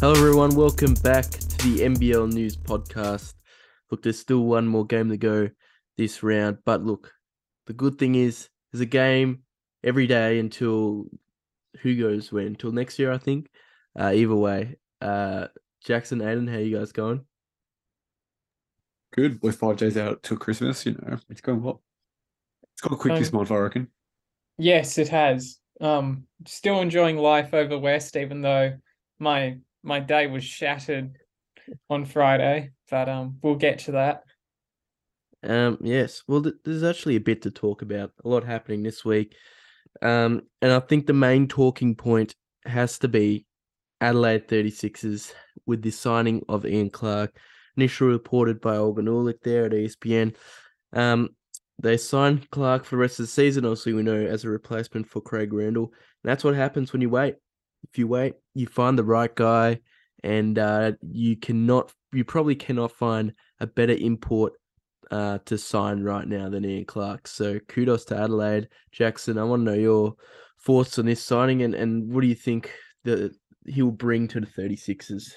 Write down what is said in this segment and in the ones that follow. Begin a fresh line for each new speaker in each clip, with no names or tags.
Hello, everyone. Welcome back to the NBL News Podcast. Look, there's still one more game to go this round, but look, the good thing is there's a game every day until who goes when until next year, I think. Uh, either way, uh, Jackson, Aiden, how you guys going?
Good. We're five days out till Christmas. You know, it's going well. It's gone quick this
Um,
month, I reckon.
Yes, it has. Um, still enjoying life over West, even though my my day was shattered on Friday. But um, we'll get to that.
Um, yes. Well, th- there's actually a bit to talk about. A lot happening this week. Um, and I think the main talking point has to be Adelaide 36ers with the signing of Ian Clark, initially reported by Alban Ulick there at E ESPN. Um, they signed Clark for the rest of the season, obviously, we know, as a replacement for Craig Randall. And that's what happens when you wait. If you wait, you find the right guy, and uh, you cannot, you probably cannot find a better import uh, to sign right now than Ian Clark. So kudos to Adelaide. Jackson, I want to know your thoughts on this signing and, and what do you think that he'll bring to the 36ers?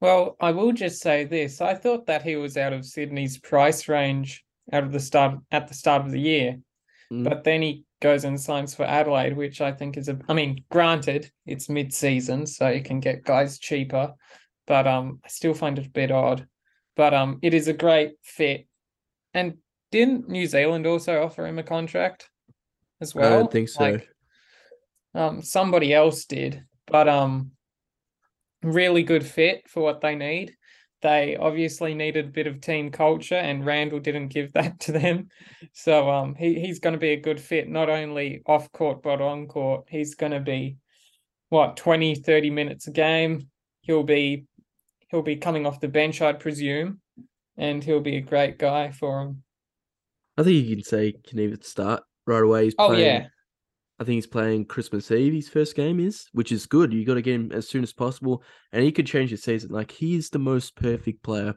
Well, I will just say this. I thought that he was out of Sydney's price range out of the start at the start of the year.
Mm.
But then he goes and signs for Adelaide, which I think is a I mean, granted, it's mid-season, so you can get guys cheaper, but um I still find it a bit odd. But um it is a great fit. And didn't New Zealand also offer him a contract as well?
I don't think so.
Like, um somebody else did but um really good fit for what they need they obviously needed a bit of team culture and randall didn't give that to them so um he, he's going to be a good fit not only off court but on court he's going to be what 20 30 minutes a game he'll be he'll be coming off the bench i'd presume and he'll be a great guy for him
I think you can say he can even start right away. He's
oh
playing,
yeah
I think he's playing Christmas Eve. His first game is, which is good. You got to get him as soon as possible, and he could change the season. Like he's the most perfect player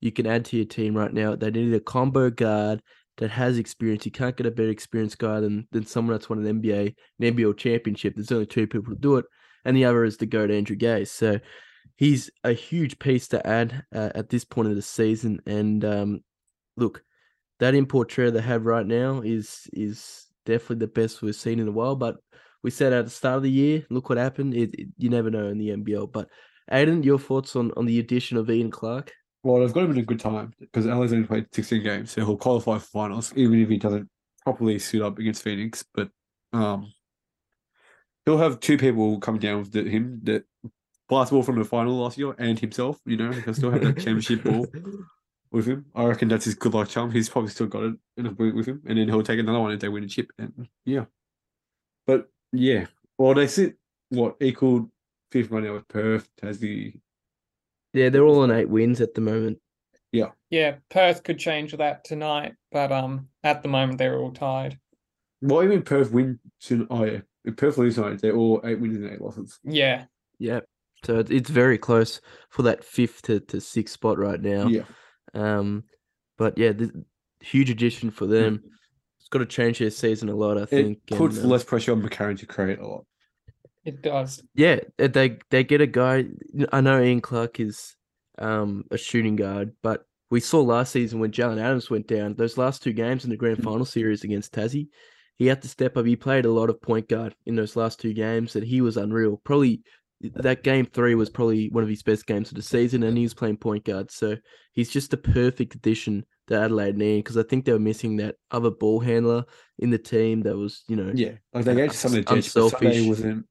you can add to your team right now. They need a combo guard that has experience. You can't get a better experienced guy than than someone that's won an NBA an NBL championship. There's only two people to do it, and the other is the goat Andrew Gaze. So he's a huge piece to add uh, at this point of the season. And um, look, that import trade they have right now is is definitely the best we've seen in a while. But we said at the start of the year, look what happened. It, it- you never know in the NBL. But Aiden, your thoughts on on the addition of Ian Clark?
Well, I've got him in a good time because Ali's only played 16 games, so he'll qualify for finals, even if he doesn't properly suit up against Phoenix. But um, he'll have two people coming down with the, him that basketball from the final last year and himself. You know, he'll still have that championship ball with him. I reckon that's his good luck charm. He's probably still got it in a boot with him, and then he'll take another one if they win a chip. And yeah, but yeah, well, they sit what equal fifth right now with Perth, Tassie,
Yeah, they're all on eight wins at the moment.
yeah perth could change that tonight but um at the moment they're all tied
Well, even Perth win tonight. Oh yeah, if Perth lose tonight, they're all eight wins and eight losses.
yeah
Yeah. So it- it's very close for that fifth to, to sixth spot right now.
Yeah,
Um, but yeah, th- huge addition for them. It's got to change their season a lot, I think.
Mm. it puts
and, uh,
less pressure on McCarran to create a lot.
It does.
Yeah, uh, they they get a guy. I know Ian Clark is um, a shooting guard, but we saw last season when Jalen Adams went down. Those last two games in the grand
Mm.
final series against Tassie, he had to step up. He played a lot of point guard in those last two games, and he was unreal. Probably that game three was probably one of his best games of the season, and he was playing point guard. So he's just the perfect addition to Adelaide need because I think they were missing that other ball handler in the team that was, you know,
Yeah, like they
Yeah,
gave some of the
I'm
judge, but Sunday
selfish.
wasn't.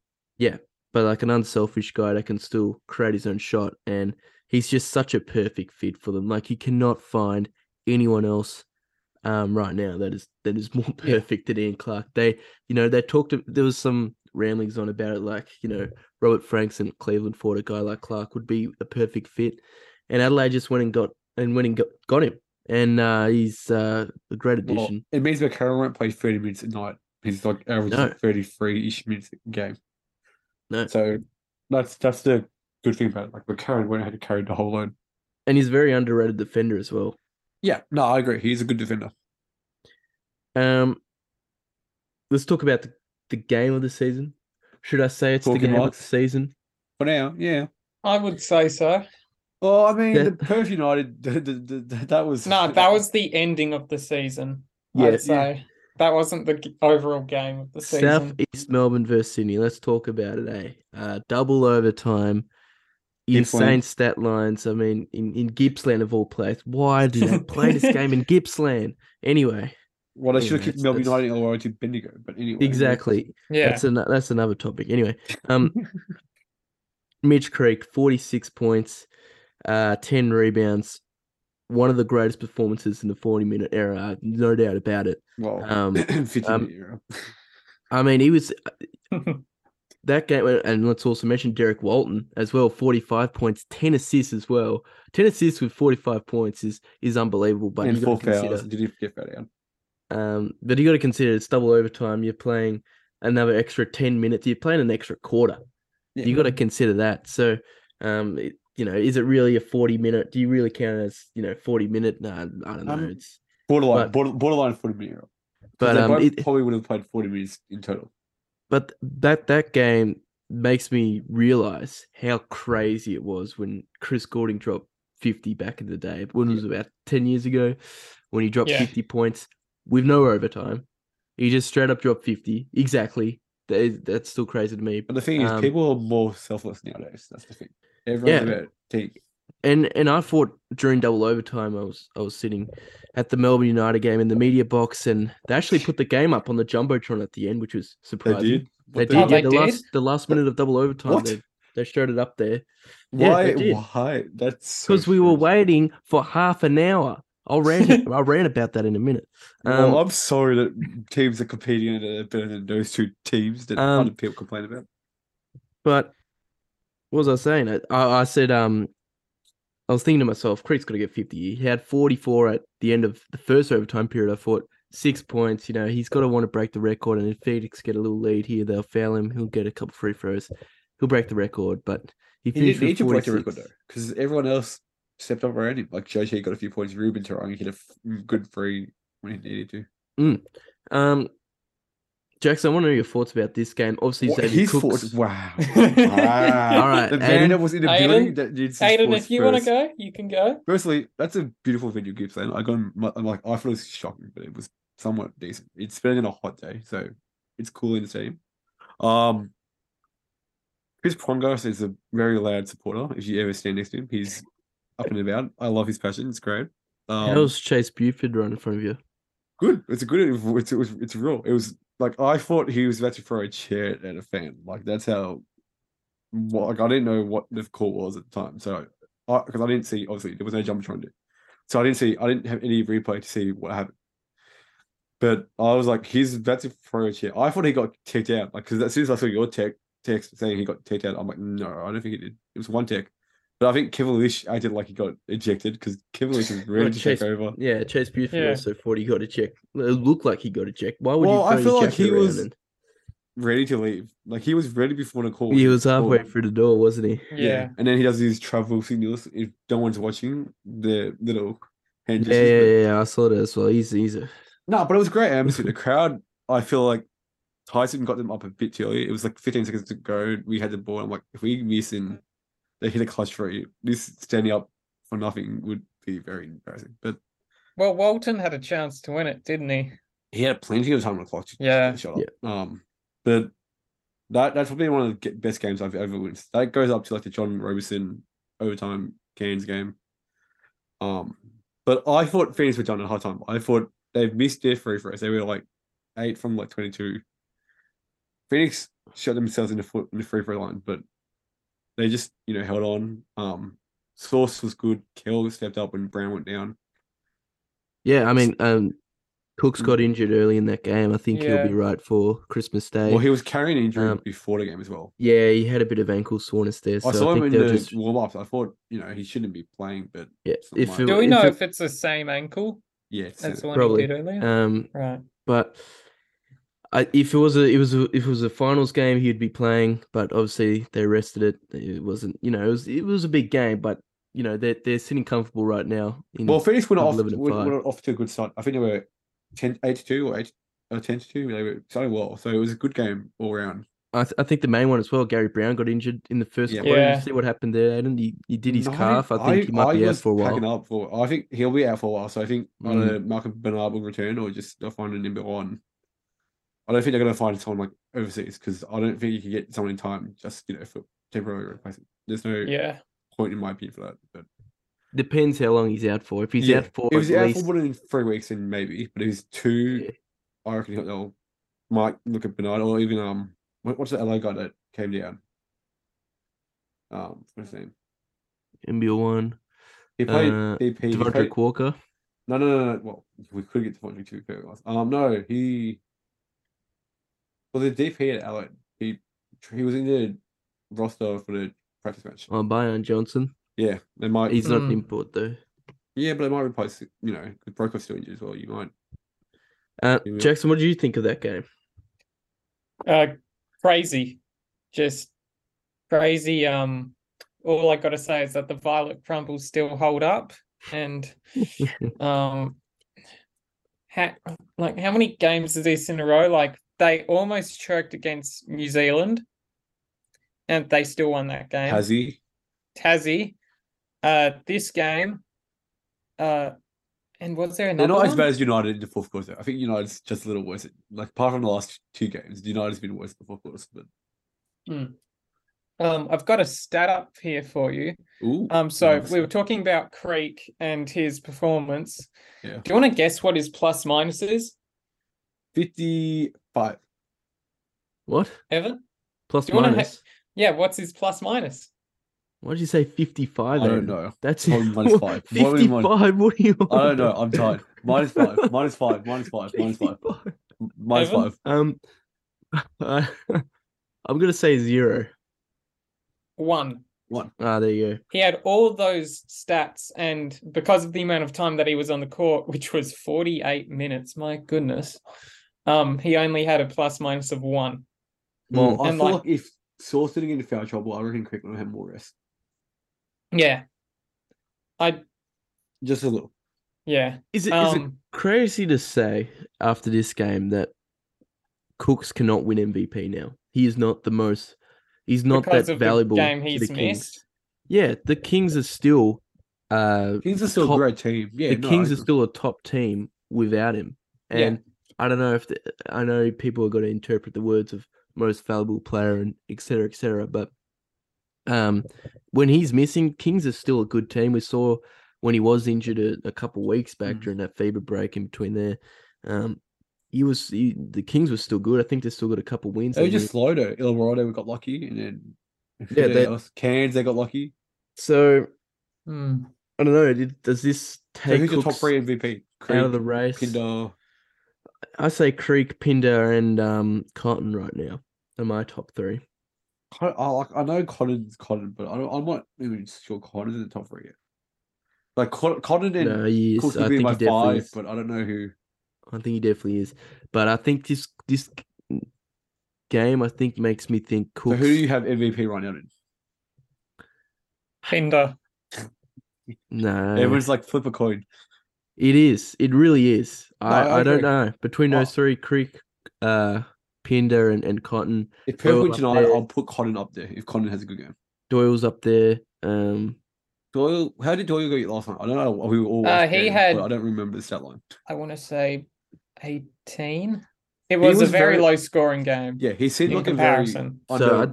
but like an unselfish guy that can still create his own shot. And he's just such a perfect fit for them. Like you cannot find anyone else um, right now that is that is more
Yeah.
perfect than Ian Clark. They, you know, they talked. There was some ramblings on about it, like you know, Robert Franks and Cleveland Ford, a guy like Clark would be a perfect fit. And Adelaide just went and got and went and got, got him, and uh, he's uh, a great
Well,
addition.
it means McCarran won't play thirty minutes at night. He's like average
No.
thirty-three ish minutes a game.
No.
So that's that's the good thing about it. Like McCarran won't have to carry the whole load.
and he's a very underrated defender as well.
Yeah, no, I agree. He's a good defender.
Um, let's talk about the, the game of the season. Should I say it's
Talking
the game of
marks?
the season?
For now, yeah.
I would say so.
Oh, I mean,
Yeah.
the Perth United, the, the, the, that was
No, that was the ending of the season. I'd
Yes.
say. That wasn't the g- overall game of the season.
South East Melbourne versus Sydney. Let's talk about it, eh? Uh, double overtime, insane
Gippsland.
stat lines. I mean, in, in Gippsland of all places, why did they play this game in Gippsland? Anyway,
Well, they should have
Yeah,
kicked
that's-
Melbourne
that's-
United all the way to Bendigo, but anyway.
exactly.
yeah.
That's an, that's another topic. Anyway, um, Mitch Creek, forty six points, uh, ten rebounds. One of the greatest performances in the forty minute era, no doubt about it.
Well,
Um,
50
um,
era.
I mean, he was that game, and let's also mention Derek Walton as well. Forty-five points, ten assists as well. Ten assists with forty-five points is is unbelievable. But you
and
got
four
to consider,
fouls. Did he get that out?
um, but you got to consider it's double overtime. You're playing another extra ten minutes. You're playing an extra quarter.
Yeah.
You got to consider that. So, um, it, you know, is it really a forty-minute? Do you really count it as you know forty-minute? No, I don't know.
Um,
it's
borderline,
but-
border- borderline 40 minute era. 'Cause
but
they
um,
both
it,
probably would have played 40 minutes in total.
but that that game makes me realize how crazy it was when Chris Gordon dropped 50 back in the day. When it was about 10 years ago, when he dropped
Yeah.
50 points with no overtime. He just straight up dropped 50. Exactly. That is, that's still crazy to me.
But the thing is,
Um,
people are more selfless nowadays. That's the thing. Everyone's
Yeah.
about take.
and and I thought during double overtime I was I was sitting at the Melbourne United game in the media box and they actually put the game up on the jumbotron at the end, which was
They
surprising.
did.
They
What
did,
Oh,
yeah,
they
the
did?
last the last minute of double overtime.
What?
They, they showed it up there yeah,
Why?
they did.
Why? That's
because we were
waiting.
waiting for half an hour. I'll rant. I'll rant about that in a minute. Um,
well, I'm sorry that teams are competing and are better than those two teams that
Um,
other people complain about.
but what was I saying? I, I I said um, I was thinking to myself, Creek's got to get fifty. He had forty-four at the end of the first overtime period. I thought six points. You know, he's got to want to break the record. And if Phoenix get a little lead here, they'll foul him. He'll get a couple free throws. He'll break the record. But he
He
finished
didn't need
with
to break the record
46.
though, because everyone else stepped up around him. Like JJ got a few points, Ruben Tarang hit a f- good free when he needed to.
Um, Jackson, I want to know your thoughts about this game. Obviously,
What-
Xavier
his
Cooks.
thoughts, wow.
All right,
the
Aiden.
man that was in the
Aiden?
building that did some
Aiden,
sports
if you want to
first.
go, you can go.
Firstly, that's a beautiful video, Gippsland. I got, I'm like, I thought it was shocking, but it was somewhat decent. It's been on a hot day, so it's cool in the stadium. Um, Chris Prongas is a very loud supporter. If you ever stand next to him, he's up and about. I love his passion. It's great. Um,
How's Chase Buford right in front of you?
good. It's a good. It's it was it's real. It was like I thought he was about to throw a chair at a fan. Like that's how. Well, like I didn't know what the call was at the time, so I because I didn't see obviously there was no jump trying to, so I didn't see I didn't have any replay to see what happened. But I was like, he's about to throw a chair. I thought he got kicked out, like because as soon as I saw your tech text saying he got kicked out, I'm like, no, I don't think he did. It was one tech. But I think Kevin Lish acted like he got ejected because Kevin Lish is ready to
Chase-
take over.
Yeah, Chase Buford
Yeah.
also thought he got a check. It looked like he got a check. Why would
Well, I
you
feel
throw your
like
jacket
he
around
was-
and-
ready to leave. Like he was ready before the call.
He was
called.
halfway through the door, wasn't he?
Yeah.
And then he does these travel signals if no one's watching the little hand
Yeah, yeah, yeah, yeah, I saw that as well. He's he's a
No, but it was great atmosphere. the crowd, I feel like Tyson got them up a bit too early. It was like 15 seconds to go. We had the ball. I'm like, if we miss and they hit a clutch three, this standing up for nothing would be very embarrassing. But
Well, Walton had a chance to win it, didn't he?
he had plenty of time on the clock to to
Yeah.
shut up. Um, but that that's probably one of the ge- best games I've ever witnessed. That goes up to like the John Roberson overtime Cairns game. Um, but I thought Phoenix were done at half time. I thought they missed their free throws. They were like eight from like twenty two. Phoenix shot themselves in the foot in the free throw line, but they just you know held on. Um, Source was good. Kell stepped up when Brown went down.
yeah. I mean, um, Cooks
Mm.
got injured early in that game. I think
Yeah.
he'll be right for Christmas Day.
Well, he was carrying an injury
Um,
before the game as well.
yeah, he had a bit of ankle soreness there, so
I saw
I,
him
think
in
they'll
the
just
warm ups. I thought, you know, he shouldn't be playing, but
yeah.
something
If
like
it,
that.
Do we
if
know
it-
if it's the same ankle
yeah, it's
as the
uh,
one
Probably.
he did earlier?
um,
right.
but I, if it was a it was a, if it was a finals game he'd be playing but obviously they rested it it wasn't you know it was it was a big game but you know they're they're sitting comfortable right now in,
well, Phoenix went
I'd
off,
love it
went,
at five.
went off to a good start. I think they uh, were 10, 8 to 2 or 8 or 10 to 2. They were starting well, so it was a good game all round.
I, th- I think the main one as well. Gary Brown got injured in the first
Yeah.
quarter. Did you
Yeah.
see what happened there, Adam? He, he did his
No,
calf. I think he might be out
was
for a
packing
while.
Up for, I think he'll be out for a while. So I think I don't
Mm.
know, Malcolm Bernard will return, or just they'll find a number one. I don't think they're going to find someone like overseas because I don't think you can get someone in time just you know for temporary replacement. There's no
Yeah.
point in my opinion for that. But
Depends how long he's out for. If he's
Yeah.
out for
if he's
at
out
least-
for one in three weeks, then maybe. But if he's two, I reckon he'll, they'll might look at Bernard or even um what, what's the LA guy that came down? Um, what's his name?
NBL one.
He played
Uh,
DP. he
Devondre
played-
Walker.
No, no, no, no. Well, we could get to Devontae to be fair. guys. Um, no, he. Well, the DP at Allen, he he was in the roster for the practice match.
Oh, Bion Johnson.
Yeah, they might.
He's not an
Mm.
import though.
Yeah, but they might replace. it, You know, because Broker's still injured as well. You might.
Uh,
Yeah.
Jackson, what did you think of that game?
Uh crazy. Just crazy. Um all I gotta say is that the violet crumbles still hold up and um ha- like how many games is this in a row? Like they almost choked against New Zealand and they still won that game.
Has he?
Tassie. Uh, this game. Uh, and was there another
They're not as
one?
bad as United in the fourth quarter. I think United's just a little worse. Like apart from the last two games, United's been worse in the fourth quarter. But
Um, I've got a stat up here for you.
ooh,
Um, so
nice.
we were talking about Creek and his performance.
Yeah.
Do you want to guess what his plus minus is,
fifty-five.
What?
Evan?
Plus
Do you wanna ha-
minus.
Yeah, what's his plus minus?
Why did you say
I
55?
don't
Adam?
know.
That's
Probably minus five. Probably minus-
55. What do you want?
I don't know. I'm tired. Minus five. Minus five. Minus five. Minus five.
55.
Minus
Evan?
five.
Um, I'm going to say zero.
One.
Ah, there you
He had all those stats, and because of the amount of time that he was on the court, which was 48 minutes, my goodness, um, he only had a plus minus of one.
Well, I
Mm.
And,
feel like,
like-
if Saw's getting into foul trouble, I reckon Crick will have more rest.
Yeah. I
Just a little.
yeah.
Is it, is it
Um
crazy to say after this game that Cooks cannot win MVP now? He is not the most. He's not
because
that
of
valuable.
the game
to
he's
the Kings.
missed.
Yeah, the Kings are still. Uh,
Kings are still
Top-
a great team. Yeah,
the
no,
Kings
I
are
agree.
still a top team without him.
Yeah.
And I don't know if the, I know people are going to interpret the words of most valuable player and et cetera, et cetera. But um, when he's missing, Kings are still a good team. We saw when he was injured a, a couple weeks back
Mhm.
during that fever break in between there. Um, he was he, the Kings were still good. I think they still got a couple wins.
They were
under
just slow though. El Dorado we got lucky, and then
Yeah,
who
they-
else? Cairns they got lucky.
him. so
Hmm.
I don't know. Did, does this
So
take
who's your top
Cooks
three MVP?
out of the
Creek,
race?
Pindar.
I say Creek, Pinder, and um, Cotton right now are my top three.
Con- I like. I know Cotton's Cotton, but I don't, I'm not even sure Cotton's in the top three yet. Like Con- Cotton and
No, Uh, he
Cooks
is. I
would be
think he
my
definitely
five,
is.
but I don't know who.
I think he definitely is. But I think this this game, I think, makes me think
So
Cooks.
who do you have MVP right now? Then?
Pinder.
No,
Everyone's like flip a coin.
it is. It really is. I,
I
I, don't
agree.
know. Between
I-
those three, Creek, uh, Pinder, and, and Cotton,
If Perth
Doyle
win
up
tonight,
there.
I'll put Cotton up there if Cotton has a good game.
Doyle's up there. Um,
Doyle, how did Doyle go last night? I don't know. We were all
Uh,
watching the
he
game,
had-
but I don't remember the stat line.
I want to say 18. It was,
was
a very,
very-
low scoring game
Yeah, he seemed
in
like a
comparison.
very.
so
under-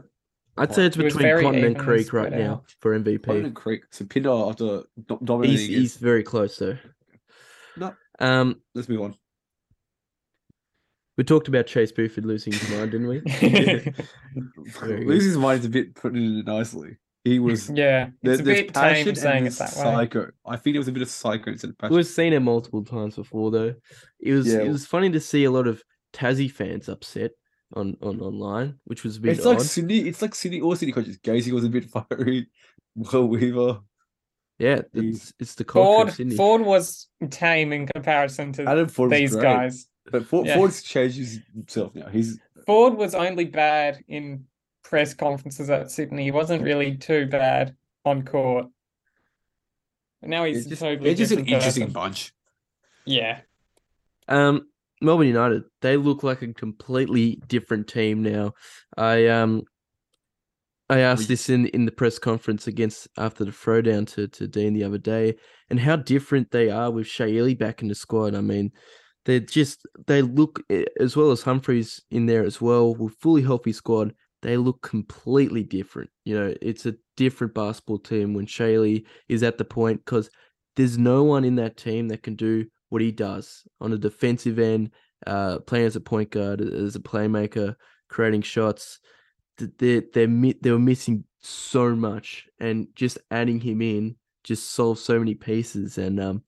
I'd, I'd say it's
It was
between
very
Cotton and
evenly
Creek right
spread
now
out.
for
Cotton
MVP.
and Creek. So Pindar after do- dominating.
He's,
against-
he's very close though.
No.
Um,
Let's move on.
we talked about Chase Buford losing his mind, didn't we? Very good.
Losing his mind is a bit putting it nicely. He was.
yeah,
there-
it's a
there's
bit
passion
tame
and
saying it
there's
that way.
Psycho. I think it was a bit of psycho instead of passion.
We've seen it multiple times before, though. It was
Yeah.
it was funny to see a lot of Tassie fans upset on on online, which was a bit
it's
odd.
like Sydney. It's like Sydney or Sydney coaches. Gacy was a bit fiery. Will Weaver.
yeah,
the-
it's it's the culture of
Ford,
Sydney.
Ford was tame in comparison to
Adam Ford was
these
great.
guys.
But Ford,
Yeah.
Ford's changed himself now. He's
Ford was only bad in press conferences at Sydney. He wasn't really too bad on court. Now he's
it's just,
totally
they're just an
different
interesting
person.
bunch.
Yeah,
Um, Melbourne United, they look like a completely different team now. I um I asked this in, in the press conference against after the throwdown to, to Dean the other day, and how different they are with Shaili back in the squad. I mean, they're just they look eh, as well as Humphreys in there as well with fully healthy squad. They look completely different. You know, it's a different basketball team when Shaili is at the point because there's no one in that team that can do what he does on a defensive end, uh, playing as a point guard, as a playmaker, creating shots th- they they mi- they were missing so much, and just adding him in just solves so many pieces. And um,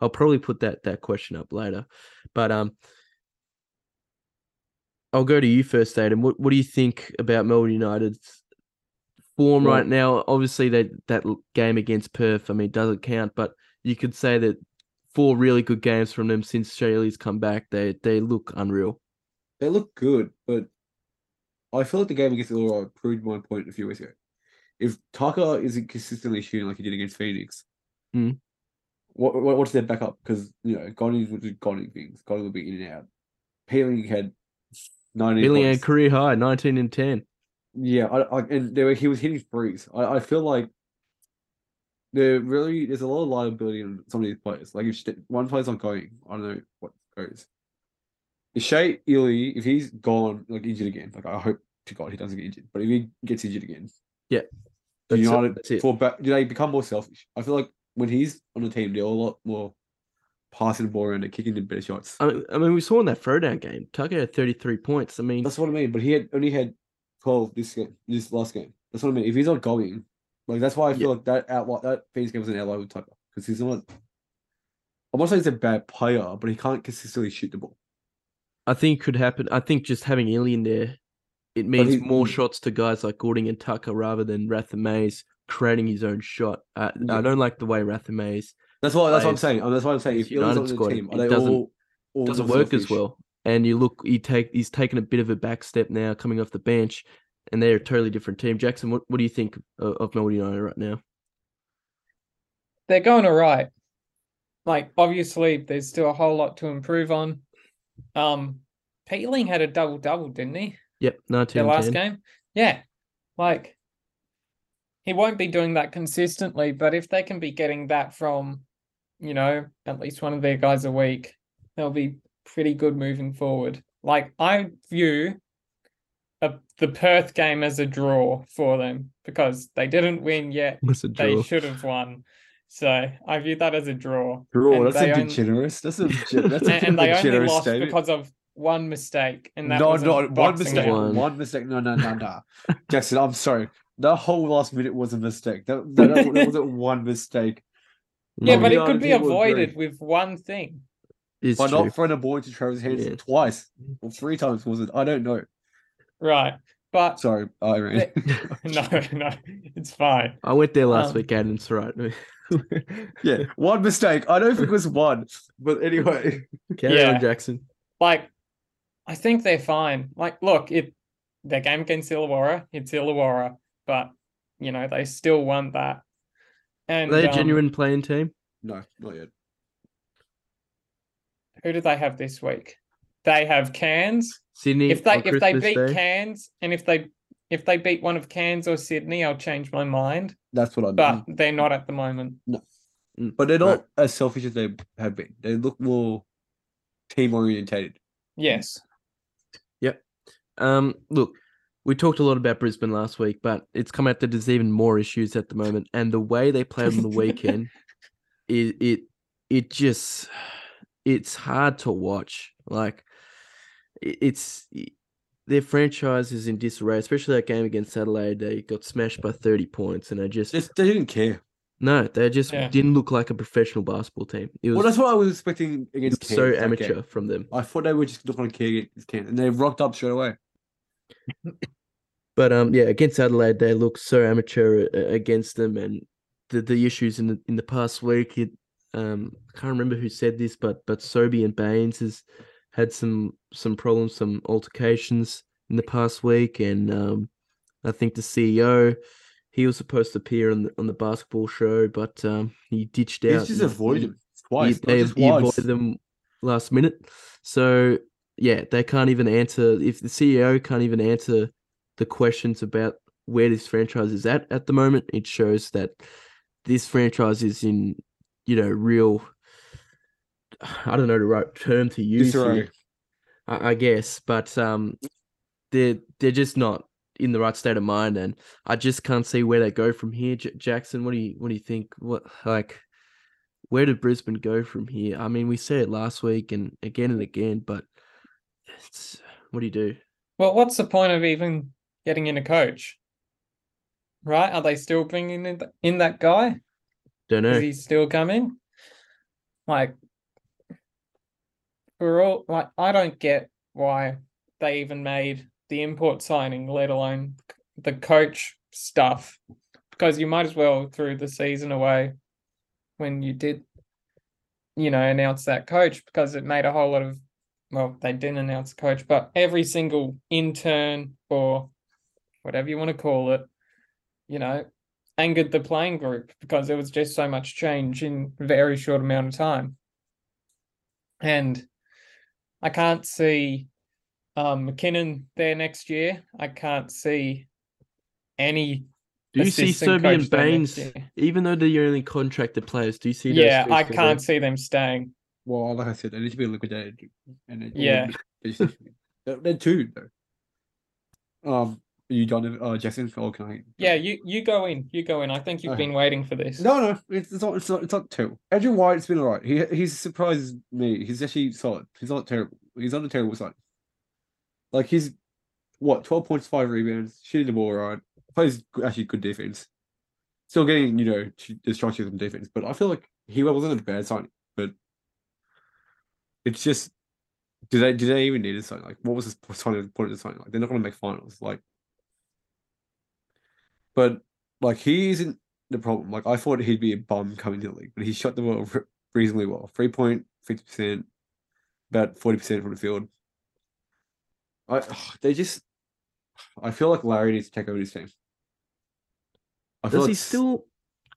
I'll probably put that that question up later, but um, I'll go to you first, Adam. What what do you think about Melbourne United's form
Well-
right now? Obviously, that that l- game against Perth, I mean, doesn't count, but you could say that four really good games from them since Shaley's come back. They they look unreal.
They look good, but I feel like the game against Illawarra proved my point a few weeks ago. If Tucker isn't consistently shooting like he did against Phoenix,
Mm.
what, what what's their backup? Because you know, Godding would do Godding things. Godding would be in and out. Peeling had nineteen.
Billy
points.
career high, nineteen and ten.
Yeah, I, I and there were, he was hitting threes. I, I feel like there really there's a lot of liability on some of these players. Like if st- one player's not going, I don't know what goes. If Shay Ely, if he's gone like injured again, like I hope to God he doesn't get injured, but if he gets injured again,
Yeah.
do
That's it-
United
that's it.
fall back. Do they become more selfish? I feel like when he's on the team, they're a lot more passing the ball around and kicking in better shots.
I mean, I mean, we saw in that throwdown game, Tucker had 33 points. I mean,
That's what I mean. But he had only had twelve this game, this last game. That's what I mean. If he's not going, like that's why I feel
Yeah.
like that outli that Phoenix game was an outlier with Tucker because he's not. I'm not saying he's a bad player, but he can't consistently shoot the ball.
I think it could happen. I think just having Ely in there, it means
he-
more
mm.
shots to guys like Gordon and Tucker rather than Ratha Mays creating his own shot. Uh,
Yeah.
I don't like the way Ratha Mays
That's why. That's what I'm
Players-
saying. That's why I'm saying.
his
If Illy's
United
on the
squad,
team, are
it
they
doesn't-
all, all
doesn't
sort of
work as
selfish?
well. And you look, he take he's taken a bit of a back step now, coming off the bench, and they're a totally different team. Jackson, what, what do you think of, of Melbourne United right now?
they're going all right. Like obviously, there's still a whole lot to improve on. Um, Peeling had a double double, didn't he?
Yep, 19
Their
and 10.
last game. Yeah, like he won't be doing that consistently, but if they can be getting that from, you know, at least one of their guys a week, they'll be pretty good moving forward. Like I view a, the Perth game as a draw for them because they didn't win yet.
Was a
They
draw.
should have won. So I view that as a draw.
Bro,
And
that's
they
a
only-
degenerate. That's a
Yeah.
gen- that's a
and, and they only
generous
lost
statement.
because of one mistake, and that
no,
was a
no, one
boxing
mistake.
out.
One.
One mistake. No, no, no, no. Jackson, I'm sorry. The whole last minute was a mistake. That, that, that wasn't one mistake.
Yeah,
No,
but
we
it
are-
could be
people agree.
avoided with one thing.
it's
By
true.
not throwing a ball into Trevor's hands
Yeah.
twice or three times, was it? I don't know.
Right. But
Sorry, Irene.
no, no, it's fine.
I went there last
Um,
week, Adam. It's right.
yeah, one mistake. I don't think it was one. But anyway,
Carry
Yeah.
on, Jackson.
Like, I think they're fine. Like, look, it their game against Illawarra, it's Illawarra, but you know, they still won that. And
Are they a
um,
genuine playing team?
no, not yet.
who do they have this week? They have Cairns.
Sydney.
If they
on
if they
Christmas
beat
Day?
Cairns and if they if they beat one of Cairns or Sydney, I'll change my mind.
That's what I mean.
But
Ah.
But,
Mm.
they're not at the moment.
they're not as selfish as they have been. They look more team orientated.
Yes.
Um, look, we talked a lot about Brisbane last week, but it's come out that there's even more issues at the moment, and the way they played on the weekend, it it it just it's hard to watch. Like it- it's i- their franchise is in disarray, especially that game against Adelaide. They got smashed by thirty points, and I just
Just, they didn't care.
no, they just
Yeah.
didn't look like a professional basketball team. It was
well, that's what I was expecting
it
against
was so
Cairns, that game.
amateur from them.
I thought they were just not going to care against Cairns, and they rocked up straight away.
But um, yeah, against Adelaide, they look so amateur a- a- against them, and the the issues in the in the past week. It, um, I can't remember who said this, but but Sobey and Baines has had some some problems, some altercations in the past week, and um, I think the CEO he was supposed to appear on the on the basketball show, but um, he ditched out.
He's just
and
avoided
he-
him twice.
he,
not
they-
just
he
once.
avoided them last minute. So yeah, they can't even answer if the CEO can't even answer the questions about where this franchise is at at the moment. It shows that this franchise is in you know real. I don't know the right term to use. here.
Disarray.
I, I guess, but um, they're they're just not in the right state of mind, and I just can't see where they go from here. J- Jackson, what do you what do you think? What like, where did Brisbane go from here? I mean, we said it last week and again and again, but it's, what do you do?
Well, what's the point of even getting in a coach? Right? Are they still bringing in, th- in that guy?
Don't
Is
know.
he still coming? Like, we're all like, I don't get why they even made the import signing, let alone c- the coach stuff, because you might as well throw the season away when you did, you know, announce that coach because it made a whole lot of, well, they didn't announce a coach, but every single intern or whatever you want to call it, you know, angered the playing group because there was just so much change in a very short amount of time. And I can't see um, McKinnon there next year. I can't see any.
Do you see
assistant
Serbian
coach there next
Baines,
year.
even though they're your only contracted players? Do you see? those
Yeah,
three
I
still
can't
there?
see them staying.
Well, like I said, they need to be liquidated. And it
Yeah.
they're, they're two though. Um, are you done, uh, Jackson? Or can I?
Yeah, you you go in. You go in. I think you've
Okay.
been waiting for this.
No, no, it's it's not. It's not. It's not terrible. Andrew White's been alright. He he surprises me. He's actually solid. He's not terrible. He's on the terrible side. Like he's what twelve points, five rebounds, shooting the ball right. Plays g- actually good defense. Still getting you know ch- distractions from defense, but I feel like he wasn't a bad signing. But it's just do they do they even need a sign? Like what was the sign of point of the sign? Like they're not going to make finals. Like, but like he isn't the problem. Like I thought he'd be a bum coming to the league, but he shot the ball re- reasonably well. Three point, fifty percent, about forty percent from the field. I they just I feel like Larry needs to take over this team. I feel
Does he
it's-
still?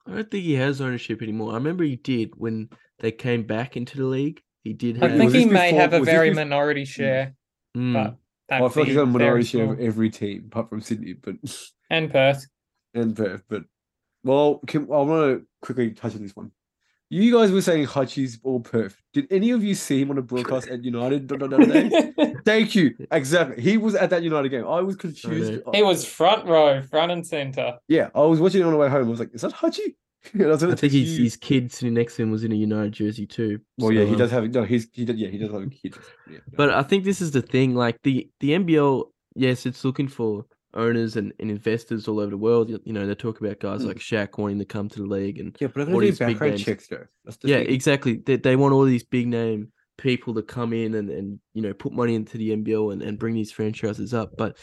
I don't think he has ownership anymore. I remember he did when they came back into the league. He did
I
have.
Yeah,
think
was
he
this
may
before-
have a
was this
very
bef- Oh,
minority share.
Mm.
But
I
that'd
feel like he's
be
got a
very
minority share
small.
of every team apart from Sydney, but
and Perth.
and Perth. But well, can, I want to quickly touch on this one. You guys were saying Hutchies or Perth. Did any of you see him on a broadcast at United the other day?
he
Thank you. Exactly. He was at that United game. I was confused. I-
was front row, front and center.
Yeah, I was watching it on the way home. I was like, "Is that Hachi?" And I, was gonna
I think
text
his,
you.
his kid sitting next to him was in a United jersey too.
Well, yeah,
so,
he
um,
does have. No, he's he did. Yeah, he does have a kid. Yeah, no.
But I think this is the thing. Like the the NBL, yes, it's looking for owners and, and investors all over the world. You, you know, they talk about guys
Mm.
like Shaq wanting to come to the league, and
yeah, but I'm
all
gonna do
these big
background
names.
checks though. That's the
yeah,
thing.
exactly. They they want all these big name people to come in and and you know put money into the NBL and and bring these franchises up, but.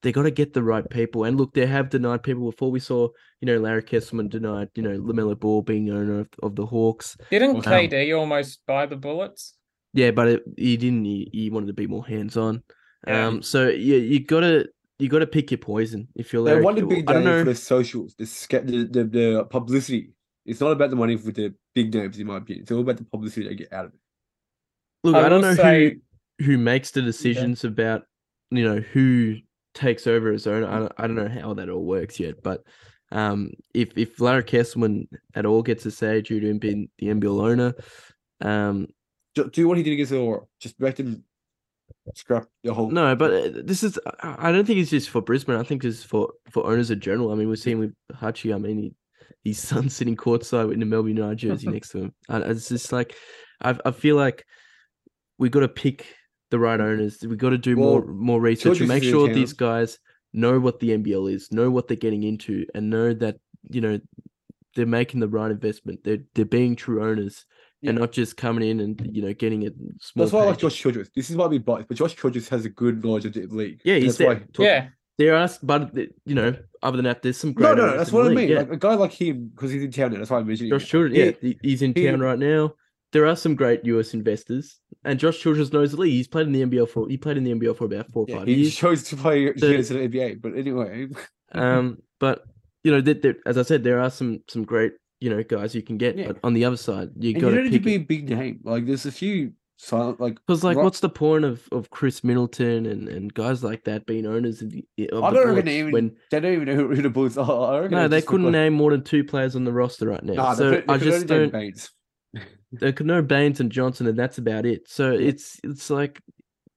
They got to get the right people, and look, they have denied people before. We saw, you know, Larry Kesselman denied, you know, Lamelo Ball being owner of, of the Hawks.
Didn't
Wow.
KD almost buy the bullets?
Yeah, but it, he didn't. He, he wanted to be more hands on.
Yeah.
Um, so yeah, you gotta you gotta pick your poison if you're.
They
Larry
want the
Kudlow.
big
I don't
name
know.
for the socials, the, sca- the the the publicity. It's not about the money for the big names, in my opinion. It's all about the publicity they get out of it.
Look, I, don't
will
know
say-
who who makes the decisions about you know who takes over as owner. I don't, I don't know how that all works yet, but um, if if Larry Kesselman at all gets a say due to him being the NBL owner, um,
Do, do what he did against Illawarra. Just make them scrap the whole.
No, but uh, this is. I I don't think it's just for Brisbane. I think this is for for owners in general. I mean, we're seeing with Hachi. I mean, he, his son sitting courtside in a Melbourne United jersey next to him. I, it's just like, I I feel like we got to pick the right owners. We got to do more
Well,
more research
George is
and make
in
sure
town.
these guys know what the NBL is, know what they're getting into, and know that you know they're making the right investment. They're they're being true owners. And
Yeah.
not just coming in and you know getting it small.
That's why I like
package.
Josh Childress. This is why we biased, but Josh Childress has a good knowledge of the league.
Yeah,
and
he's
that's why
there. Talk-
yeah,
There are, s- but th- you know, other than that, there's some great.
No, no, no,
owners
that's
in
what
the
I
league,
mean.
Yeah.
Like a guy like him, because he's in town now. That's why I'm mentioning.
Josh
him.
Children,
He-
yeah, he- he's in
he-
town right now. There are some great US investors, and Josh Childress knows the league. He's played in the NBL for he played in the NBL for about four or
yeah,
five
he
years.
chose to play
So-
years in the NBA. But anyway, Mhm.
Um, but you know, th- there- as I said, there are some some great you know guys you can get.
Yeah.
But on the other side, you
and you
got
don't
to
need to
pick.
be
it.
a big name. Like there's a few silent, like
Because like,
Ro-
what's the point of, of Chris Middleton and, and guys like that being owners of the of
I
the
don't reckon
Bullets
they even-
when
they don't even know who, who the Bullets are. I reckon
no,
it's
they
just
couldn't
because-
name more than two players on the roster right now.
Nah, they
so
could- they
I
could
just
only name
don't.
Baines.
They could know Baines and Johnson, and that's about it. So it's it's like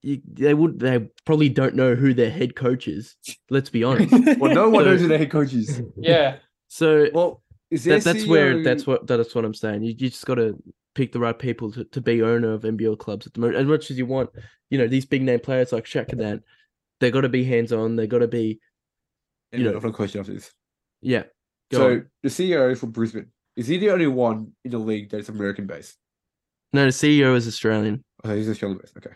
you, they would they probably don't know who their head coach is. Let's be honest.
Well, no one
So-
knows who the head coach is.
yeah.
So
Well, is
that,
their E
that's where
CEO
that's what that's what I'm saying. You, you just got to pick the right people to, to be owner of NBL clubs at the moment. As much as you want, you know these big name players like Shaq and that, they got to be hands on. They got to be you
Anyway, I've
know.
got a question after this.
yeah. Go
so
on.
the CEO for Brisbane is he the only one in the league that's American based?
no, the CEO is Australian.
Oh, he's Australian based. Okay.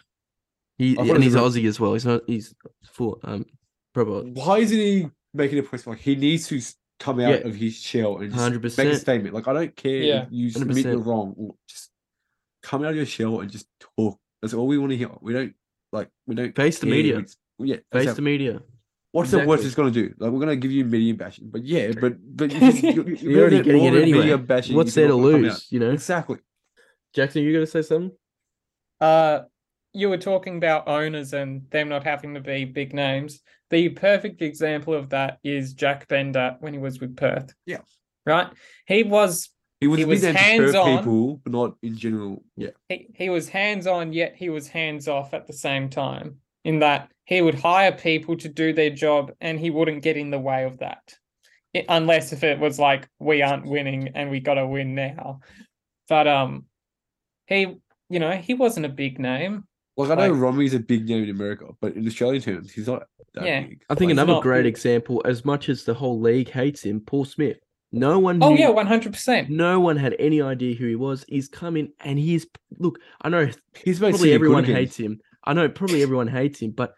He
I thought it
and he's
was
Aussie as well. He's not. He's full. Um, probably
Why isn't he making a point? Like he needs to s- come out
Yeah.
of his shell and just
hundred
make a
percent.
statement. Like I don't care
Yeah.
if you admit you're
100%.
wrong. or Just come out of your shell and just talk. That's all we want to hear. We don't like we don't
Face the
care if
media.
it's- Yeah, that's
Face
how-
the media.
What's the worst
Exactly.
it's gonna do? Like we're gonna give you media bashing, but yeah, but but you just- you- you-
You're already
gonna get
getting
more
it
media
anyway.
bashing if
What's
you're
there to
not gonna come out.
lose? You know,
Exactly.
Jackson, you gonna say something?
Uh, you were talking about owners and them not having to be big names. The perfect example of that is Jack Bender when he was with Perth.
Yeah.
Right? He was
He was,
He
a
was
big name to
hands-on.
serve people, but not in general. Yeah,
he, he was hands on, yet he was hands off at the same time, in that he would hire people to do their job and he wouldn't get in the way of that. I- unless if it was like, we aren't winning and we got to win now. But um, he, you know, he wasn't a big name.
like I know
Like-
Romney's a big name in America, but in Australian terms, he's not. That
Yeah.
big.
I think
Like,
He's
another
not
great
good.
example. As much as the whole league hates him, Paul Smith. No one.
Oh,
knew-
yeah, 100%.
No one had any idea who he was. He's come in and he's look. I know
he's made
probably
Sydney
everyone
good again.
hates him. I know probably everyone hates him, but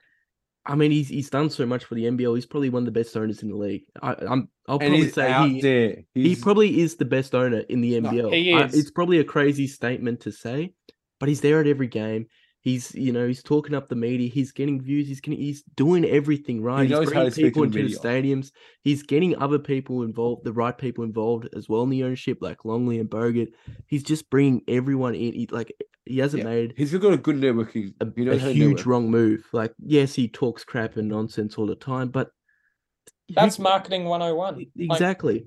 I mean he's he's done so much for the NBL. He's probably one of the best owners in the league. I, I'm I'll
and
probably
he's
say
out
he,
there.
he
He's,
probably is the best owner in the NBL.
he
I-
is.
it's probably a crazy statement to say, but he's there at every game. He's you know he's talking up the media. He's getting views. He's getting he's doing everything right.
knows
he's
how
bringing
to speak to
people
the
into the
media.
stadiums. He's getting other people involved, the right people involved as well in the ownership, like Longley and Bogut. He's just bringing everyone in. He, like he hasn't
Yeah.
made
he's got a good networking.
a,
He
a
knows how to
huge
network.
wrong move. Like yes, he talks crap and nonsense all the time, but who-
That's marketing 101.
e- exactly.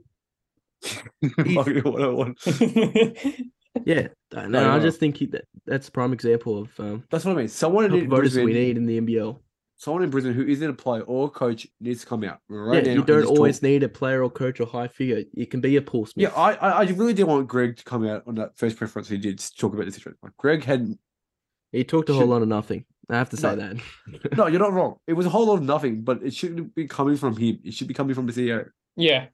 Like, what I want.
Like,
Yeah, I
I
know. I
know.
just think he, that that's a prime example of um,
That's what I mean. Someone
type
in
of voters
Brisbane,
we need in the NBL.
someone in Brisbane who isn't a player or coach needs to come out right
yeah,
now.
you
and
don't
just talk.
always need a player or coach or high figure. It can be a Paul
Yeah,
Smith.
I, I I really did want Greg to come out on that first preference he did to talk about the situation. Like Greg had
he talked a whole
should-
lot of nothing. I have to say
No.
that.
no, you're not wrong. It was a whole lot of nothing, but it shouldn't be coming from him. It should be coming from the CEO.
yeah.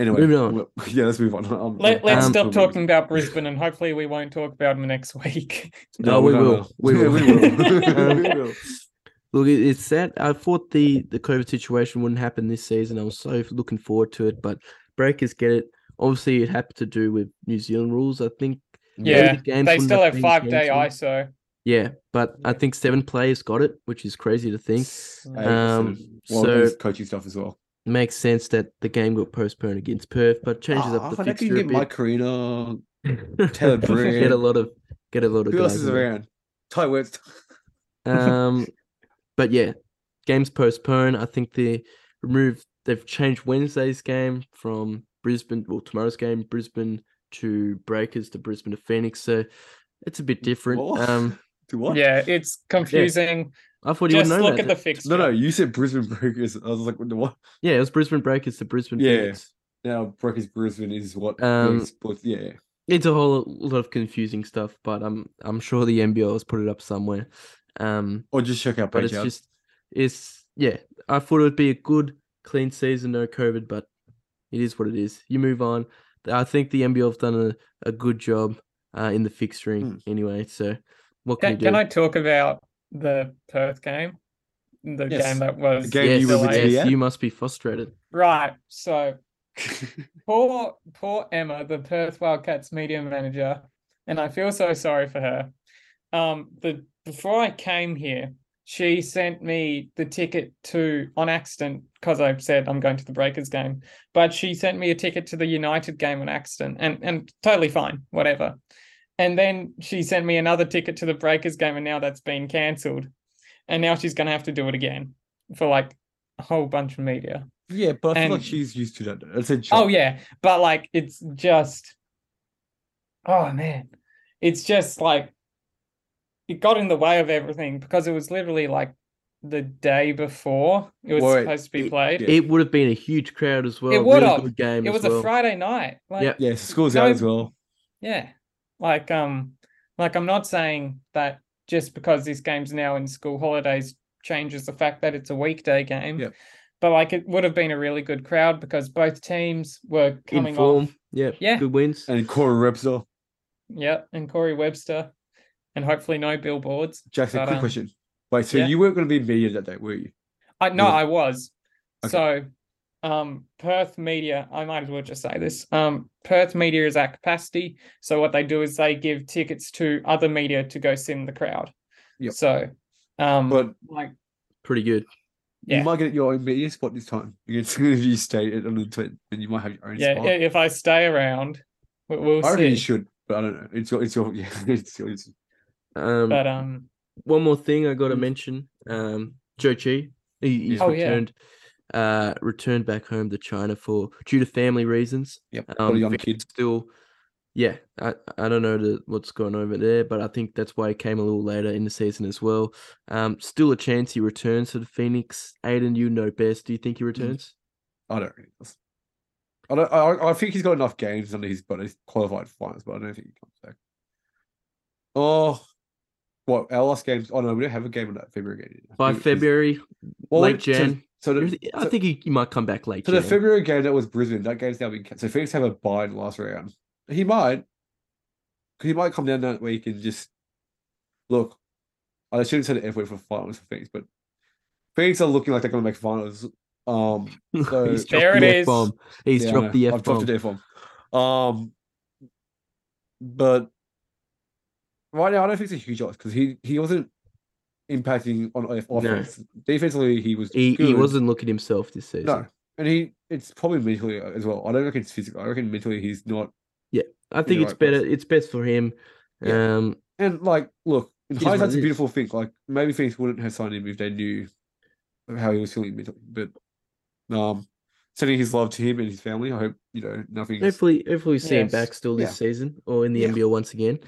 Anyway,
Moving on.
well, yeah, let's move on. Um,
Let, let's
Um,
stop talking about Brisbane and hopefully we won't talk about them next week.
No, we
don't
will.
know.
We
Yeah,
will.
we
Um,
will.
Look, it- it's sad. I thought the the COVID situation wouldn't happen this season. I was so looking forward to it, but breakers get it. Obviously, it had to do with New Zealand rules. I think maybe
Yeah.
the games
They
wouldn't
still have
been
five day
cancelled.
ISO.
Yeah, but I
Yeah.
think seven players got it, which is crazy to think.
Hey,
Um,
listen, well,
so-
there's coaching stuff as well.
makes sense that the game got postponed against Perth, but changes
Ah,
up
if
the
I can
fixture a
get
bit.
Mike Carina, Taylor
get a
Brand.
lot of get a lot of
Who else
guys
is
in there.
around? Ty West.
Um, but yeah, games postponed. I think they removed. They've changed Wednesday's game from Brisbane. Well, tomorrow's game Brisbane to Breakers to Brisbane to Phoenix. So it's a bit different.
What?
Um,
Do what?
Yeah, it's confusing.
I thought you would
Just
know
look
that.
at the fixture.
No, no, you said Brisbane Breakers. I was like, what?
Yeah, it was Brisbane Breakers to Brisbane
Yeah.
Phoenix.
Now Breakers Brisbane is what?
Um,
Um, sports. Yeah, yeah.
It's a whole lot of confusing stuff, but I'm I'm sure the NBL has put it up somewhere. Um,
Or just check out
but
page
it's
out.
just it's yeah i thought it would be a good clean season no covid but it is what it is you move on Th- i think the nbl have done a, a good job uh, in the fixturing
Mm.
anyway so what can,
Can,
you do
can I talk about the Perth game? The
Yes,
game that was
game you
yes,
were with
yes,
me at?
you must be frustrated
right. So poor poor Emma, the Perth Wildcats media manager, and I feel so sorry for her. Um, the before I came here, she sent me the ticket to on accident because I said I'm going to the Breakers game, but she sent me a ticket to the United game on accident, and and totally fine, whatever. And then she sent me another ticket to the Breakers game, and now that's been cancelled. And now she's going to have to do it again for like a whole bunch of media.
Yeah, but I feel like
And-
she's used to that. It's a
Oh yeah, but like it's just oh man. It's just like it got in the way of everything because it was literally like the day before it was
Well, it-
supposed to be
it-
played.
yeah.
It,
It would have been a huge crowd as well.
would
really
have.
good game. as
was
well.
a Friday night. Like
Yep.
Yeah, so school's
No-
out as well.
yeah. Like um like I'm not saying that just because this game's now in school holidays changes the fact that it's a weekday game.
Yep.
But like it would have been a really good crowd because both teams were
in
coming off
form. Yeah,
Yeah.
good wins.
And Cora Repsol.
Yeah, and Corey Webster, and hopefully no billboards.
Jackson,
But,
quick
um,
question. Wait, so
yeah.
you weren't going to be in media that day, were you?
I no,
Yeah.
I was.
Okay.
So, um, Perth media. I might as well just say this. Um, Perth media is at capacity. So what they do is they give tickets to other media to go sim the crowd.
Yep.
So, um,
But
like
Pretty good.
yeah,
you might get your own media spot this time. Against if you stay at on the twin, then you might have your own
yeah.
spot.
i- If I stay around, we- we'll
I reckon
see.
you should, but I don't know. It's your, it's your, yeah, it's your, it's,
Um,
But um,
one more thing I got to
Mm.
mention. Um, Joe Chi, he, he's
Yeah.
Oh, yeah.
returned, uh, returned back home to China for due to family reasons.
yep, got
Um,
a young
Van's
kid.
still, yeah, I, I don't know the, what's going on over there, but I think that's why he came a little later in the season as well. Um, still a chance he returns to the Phoenix. Aiden, you know best. Do you think he
Mm.
returns?
I don't really. I don't. I, I think he's got enough games under his belt. He's qualified for finals, but I don't think he comes back. Oh, what our last games? Oh no, we don't have a game on that February game. I
By
think it's-
February,
well,
late
so-
Jan.
So, the-
everything- I
so-
think he, he might come back late.
So the
Jan.
February game that was Brisbane, that game's now been cancelled. So Phoenix have a bye in the last round. He might, 'cause he might come down that week and just look. I shouldn't say the F word for finals for Phoenix, but Phoenix are looking like they're going to make finals. Um, so-
he's dropped
There it
the
is.
F-bomb. He's
yeah, I
dropped the
know.
F
I've dropped
bomb.
the F bomb. Um, but right now I don't think it's a huge odds because he he wasn't impacting on off- offense. Defensively, he was.
He, he
good.
wasn't looking himself this season.
No, and he it's probably mentally as well. I don't reckon it's physical. I reckon mentally he's not.
I think
the
it's
right
better.
person.
It's best for him.
Yeah.
Um,
And like, look, in
It is what
hindsight, it's
it
a
is.
beautiful thing. Like maybe Phoenix wouldn't have signed him if they knew how he was feeling mentally. But um, sending his love to him and his family. I hope you know nothing.
hopefully, hopefully, we see him
Yes.
back still this
Yeah.
season or in the
Yeah.
NBL once again.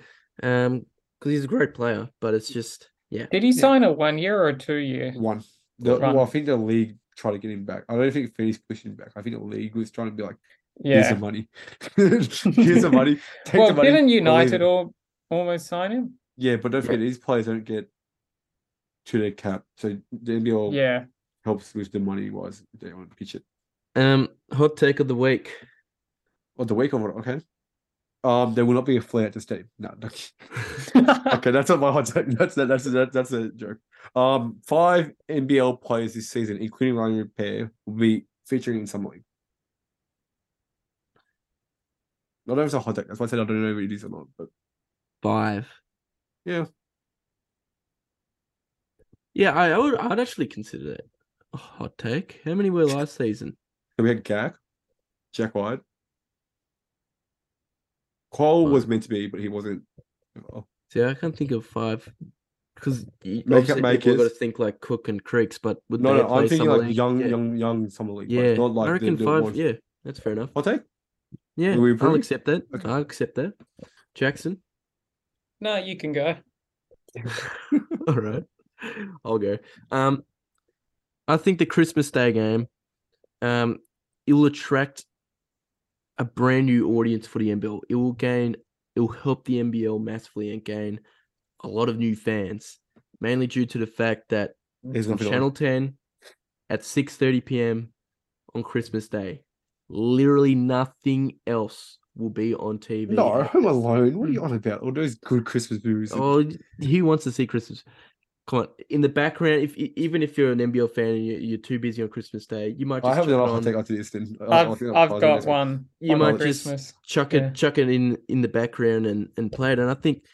Um, because he's a great player, but it's just yeah,
did he sign a one year or a two year?
One. The,
Run.
well, I think the league tried to get him back. I don't think Phoenix pushed him back. I think the league was trying to be like, here's
Yeah.
the money, here's the money. Take
Well,
the money.
didn't
or leave
United
it."
all almost sign him?
Yeah, but don't
Yeah.
forget these players don't get to their cap, so the NBL
Yeah.
helps with the money wise. If they want to pitch it
Um, hot take of the week.
or Oh, the week of it. Okay. Um, there will not be a flare at the stadium. No, no. okay, that's not my hot take. That's that, that's that, that's a joke. Um, five NBL players this season, including Ryan Pair, will be featuring in some league. I don't know if it's a hot take. That's why I said I don't know if it is or not. But
Five.
Yeah.
Yeah, I, I would. I'd actually consider that a hot take. How many were last season?
so we had Gak, Jack White, Cole was meant to be, but he wasn't. Oh,
See, I can't think of five because
Make-
obviously people
makers.
got to think like Cook and Creeks, but would
no,
they
no,
play
I'm thinking
summer
like
league?
young,
yeah.
young, young summer league.
Yeah,
players, not like
I
the-
reckon
the
five.
ones-
Yeah, that's fair enough.
Hot take.
Yeah,
we
I'll
approve?
accept that.
Okay.
I'll accept that. Jackson.
no, you can go.
All right. I'll go. Um I think the Christmas Day game um it'll attract a brand new audience for the NBL. It will gain it will help the NBL massively and gain a lot of new fans, mainly due to the fact that
There's
on
nothing. on.
Channel 10 at 6:30 p.m. on Christmas Day. Literally nothing else will be on TV.
No,
at
Home
this
Alone. What are you on about? All those good Christmas movies. and-
Hmm. Oh, he wants to see Christmas. Come on, in the background, if e- even if you're an NBL fan and you're, you're too busy on Christmas Day, you might just
I have
chuck, it
another hot
on,
take after this. Then I- I
I've,
think I'll pause
I've
on
got
this one.
one.
You
on
might just-
Christmas.
chuck
yeah.
it, chuck it in in the background and and play it. And I think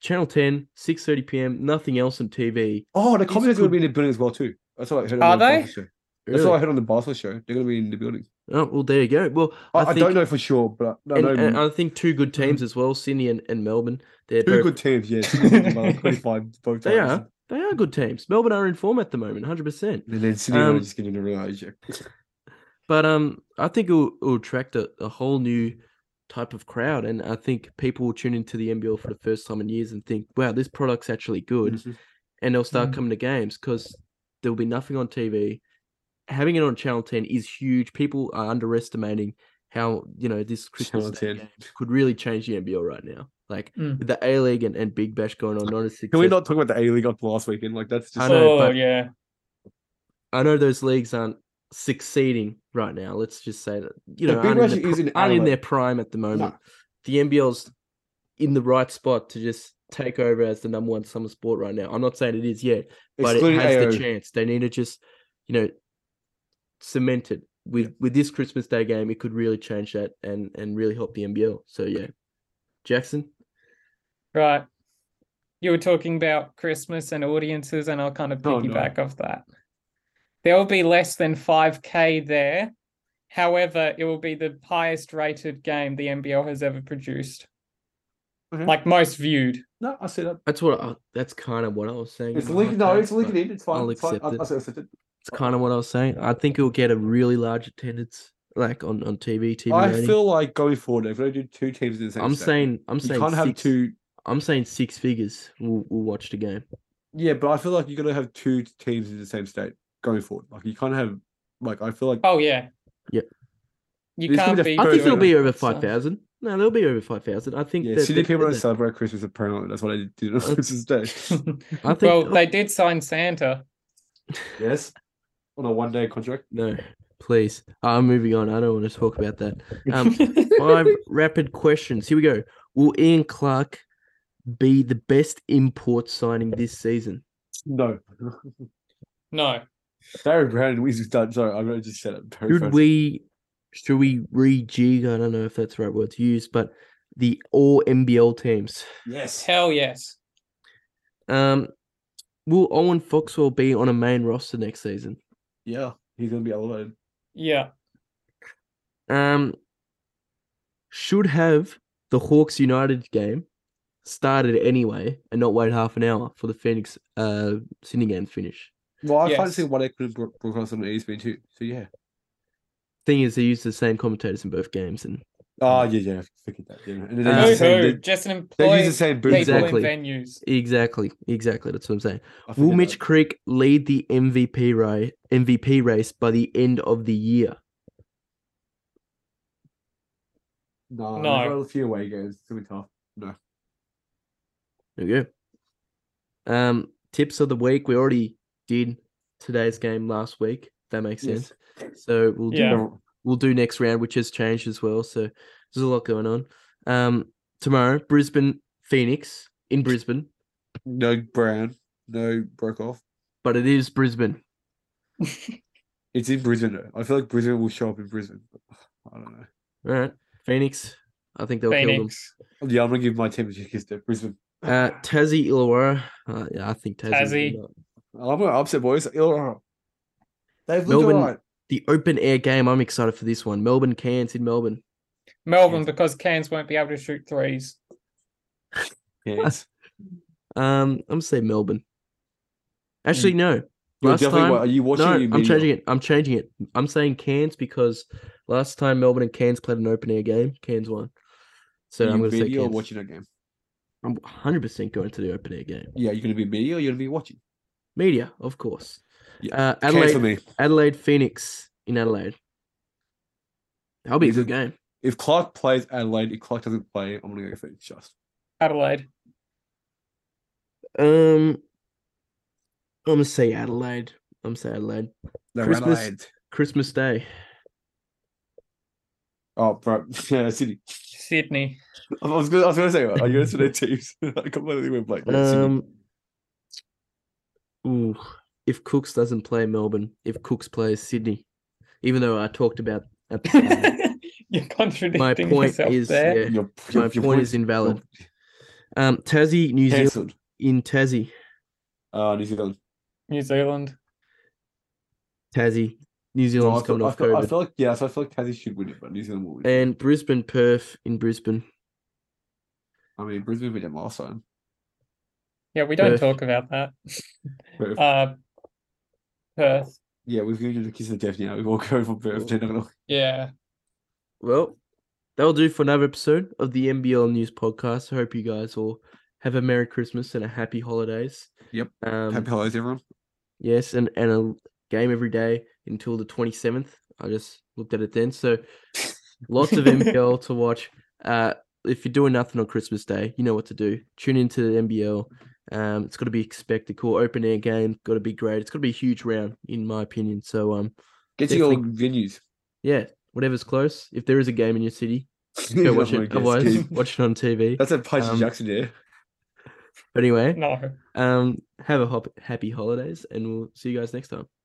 Channel 10, 6:30 p.m. Nothing else on TV.
Oh, the comedies
could-
will be in the building as well too. That's what I heard.
Are
on the
they?
Basel Show. That's what I heard on the Basel show. They're going to be in the building.
Oh well, there you go. Well,
I,
I,
I
think,
don't know for sure, but I
and,
know
and I think two good teams as well, Sydney and, and Melbourne. They're both-
two good teams. Yeah, Sydney and Melbourne qualified both
They
times.
are. They are good teams. Melbourne are in form at the moment, hundred percent.
And then Sydney
Um,
are just getting a real age.
But um, I think it will, it will attract a, a whole new type of crowd, and I think people will tune into the NBL for the first time in years and think, "Wow, this product's actually good,"
Mm.
and they'll start
Mm.
coming to games because there will be nothing on TV. Having it on Channel Ten is huge. People are underestimating how you know this Christmas
Channel
Day
10.
game could really change the NBL right now. Like
Mm.
with the A League and, and Big Bash going on, not as
Can we
successful.
not talk about the A League up last weekend? Like that's
I
just
know,
oh
but-
yeah.
I know those leagues aren't succeeding right now. Let's just say that you
No,
know
Big
aren't, in their,
Rush is
pri-
in
aren't in
Adelaide.
their prime at the moment.
No.
The NBL's in the right spot to just take over as the number one summer sport right now. I'm not saying it is yet, but
excluding
it has
AO.
the chance. They need to just you know cement it with with this Christmas Day game. It could really change that and and really help the NBL. So yeah, Jackson.
Right. You were talking about Christmas and audiences, and I'll kind of
Oh, no.
piggyback off that. There will be less than 5K there. However, it will be the highest rated game the NBL has ever produced,
Okay.
like most viewed.
No, I see that.
That's what I, that's kind of what I was saying.
It's
in my
leaking. No,
notes,
it's leaking
but
in. It's fine.
I'll
it's fine.
accept
I,
it.
I accept it.
It's kind of what I was saying. I think it'll get a really large attendance, like on on TV. TV.
I
rating.
feel like going forward, if I do two teams in the same,
I'm
state,
saying. I'm
you
saying.
can't
six,
have two.
I'm saying six figures. We'll, we'll watch the game.
Yeah, but I feel like you're gonna have two teams in the same state going forward. Like you can't have. Like I feel like
Oh, yeah.
Yep.
You
It's gonna
can't
be
be.
a
I
Very
think it'll
good.
be over
So-
five thousand. No, there'll be over five thousand. I think.
yeah,
that-
Sydney
that-
people don't
that-
celebrate Christmas apparently. That's what I did on
Uh,
Christmas Day.
I think.
well, they did sign Santa.
yes, on a one-day contract.
no, please. I'm moving on. I don't want to talk about that. Um, five rapid questions. Here we go. Will Ian Clark be the best import signing this season?
No,
no.
Barry Brown is done. Sorry, I'm gonna just said it. Barry
Should
Brown-
we should we rejig? I don't know if that's the right word to use, but the all NBL teams.
Yes.
Hell yes.
Um, will Owen Foxwell be on a main roster next season?
Yeah, he's gonna be elevated.
Yeah.
Um, should have the Hawks United game started anyway and not wait half an hour for the Phoenix uh Sydney game to finish.
Well, I can't
Yes.
see why they couldn't bro- broadcast on ESPN too. So yeah.
Thing is, they use the same commentators in both games, and
Oh yeah, yeah. Forget that. Yeah. And then they
Uh,
Who,
use the same-
who?
they-
Just an
They
employee.
use the same booth.
People
Exactly.
in venues.
exactly, exactly, that's what I'm saying.
I forget
Will Mitch
that.
Creek lead the MVP race MVP race by the end of the year?
No,
No.
no. a few away games. It's gonna be tough.
There we go. Um, tips of the week. We already did today's game last week. if that makes
Yes.
sense. So we'll do
Yeah.
Don't-
we'll do next round, which has changed as well. So there's a lot going on. Um, tomorrow, Brisbane, Phoenix in Brisbane,
No Brown. No broke off.
but it is Brisbane.
It's in Brisbane. though. I feel like Brisbane will show up in Brisbane. but, I don't know.
All right, Phoenix. I think they'll
Phoenix.
Yeah, I'm gonna give my team a kiss there. Brisbane.
kill them. Uh, Tassie Illawarra. Uh, yeah, I think Tassie. will
Tassie.
not-
I'm gonna upset boys. Illawarra. They've looked
Melbourne-
alright.
The open air game. I'm excited for this one. Melbourne Cairns in Melbourne.
Melbourne, because Cairns won't be able to shoot threes.
Yes.
Um, I'm gonna say Melbourne.
Hmm.
Actually, no.
You're
Last
definitely.
time,
wa- Are you watching?
No,
or you
I'm
media?
changing it. I'm changing it. I'm saying Cairns because last time Melbourne and Cairns played an open air game, Cairns won. So
Are
I'm
you
going to say
media or
Cairns.
watching a game?
I'm 100% going to the open air game.
Yeah, you're gonna be media or you're gonna be watching.
Media, of course.
Yeah,
Uh,
Cairns for
Adelaide,
me.
Adelaide, Phoenix in Adelaide. That'll be a
Is
good game.
If Clark plays Adelaide, if Clark doesn't play, I'm gonna go for just.
Adelaide.
Um, I'm going to say Adelaide. I'm going to say Adelaide.
No,
Christmas-
Adelaide.
Christmas Day.
Oh, bro, yeah, Sydney.
Sydney.
I was gonna, I was gonna say, are you into their teams? I completely went blank. Yeah, Sydney.
Um, ooh, if Cooks doesn't play Melbourne, if Cooks plays Sydney, even though I talked about at the time,
You're contradicting
my point
yourself
is
there.
yeah,
Your- your-
my
your
point is
point's
invalid. Um, Tassie, New Zealand
Cancelled. Ah,
in Tassie,
Uh, New Zealand.
New Zealand.
Tassie, New
No, I
Zealand's
feel-
coming
I
off
feel- I
COVID.
feel like yeah, so I feel like Tassie should win it, but New Zealand will win. it.
and Brisbane, Perth in Brisbane.
I mean, Brisbane beat them last time.
Yeah, we don't
Perth.
talk about that.
Perth.
uh, Perth.
Yeah, we've given you the kiss of death now. We've all going for Perth. They're not gonna-
Yeah.
Well, that'll do for another episode of the NBL News Podcast. I hope you guys all have a Merry Christmas and a Happy Holidays.
Yep.
Um,
Happy holidays, everyone.
Yes, and, and a game every day until the 27th. I just looked at it then. So lots of NBL to watch. Uh, if you're doing nothing on Christmas Day, you know what to do. Tune into the NBL. Um, it's got to be a spectacle. Open air game. Got to be great. It's got to be a huge round, in my opinion. So um,
Get to your
Definitely.
venues.
yeah, whatever's close. If there is a game in your city, go watch it. Otherwise, watch it on TV.
that's a Punchy
Um,
Jackson there.
But anyway,
No.
um, have a hop- happy holidays, and we'll see you guys next time.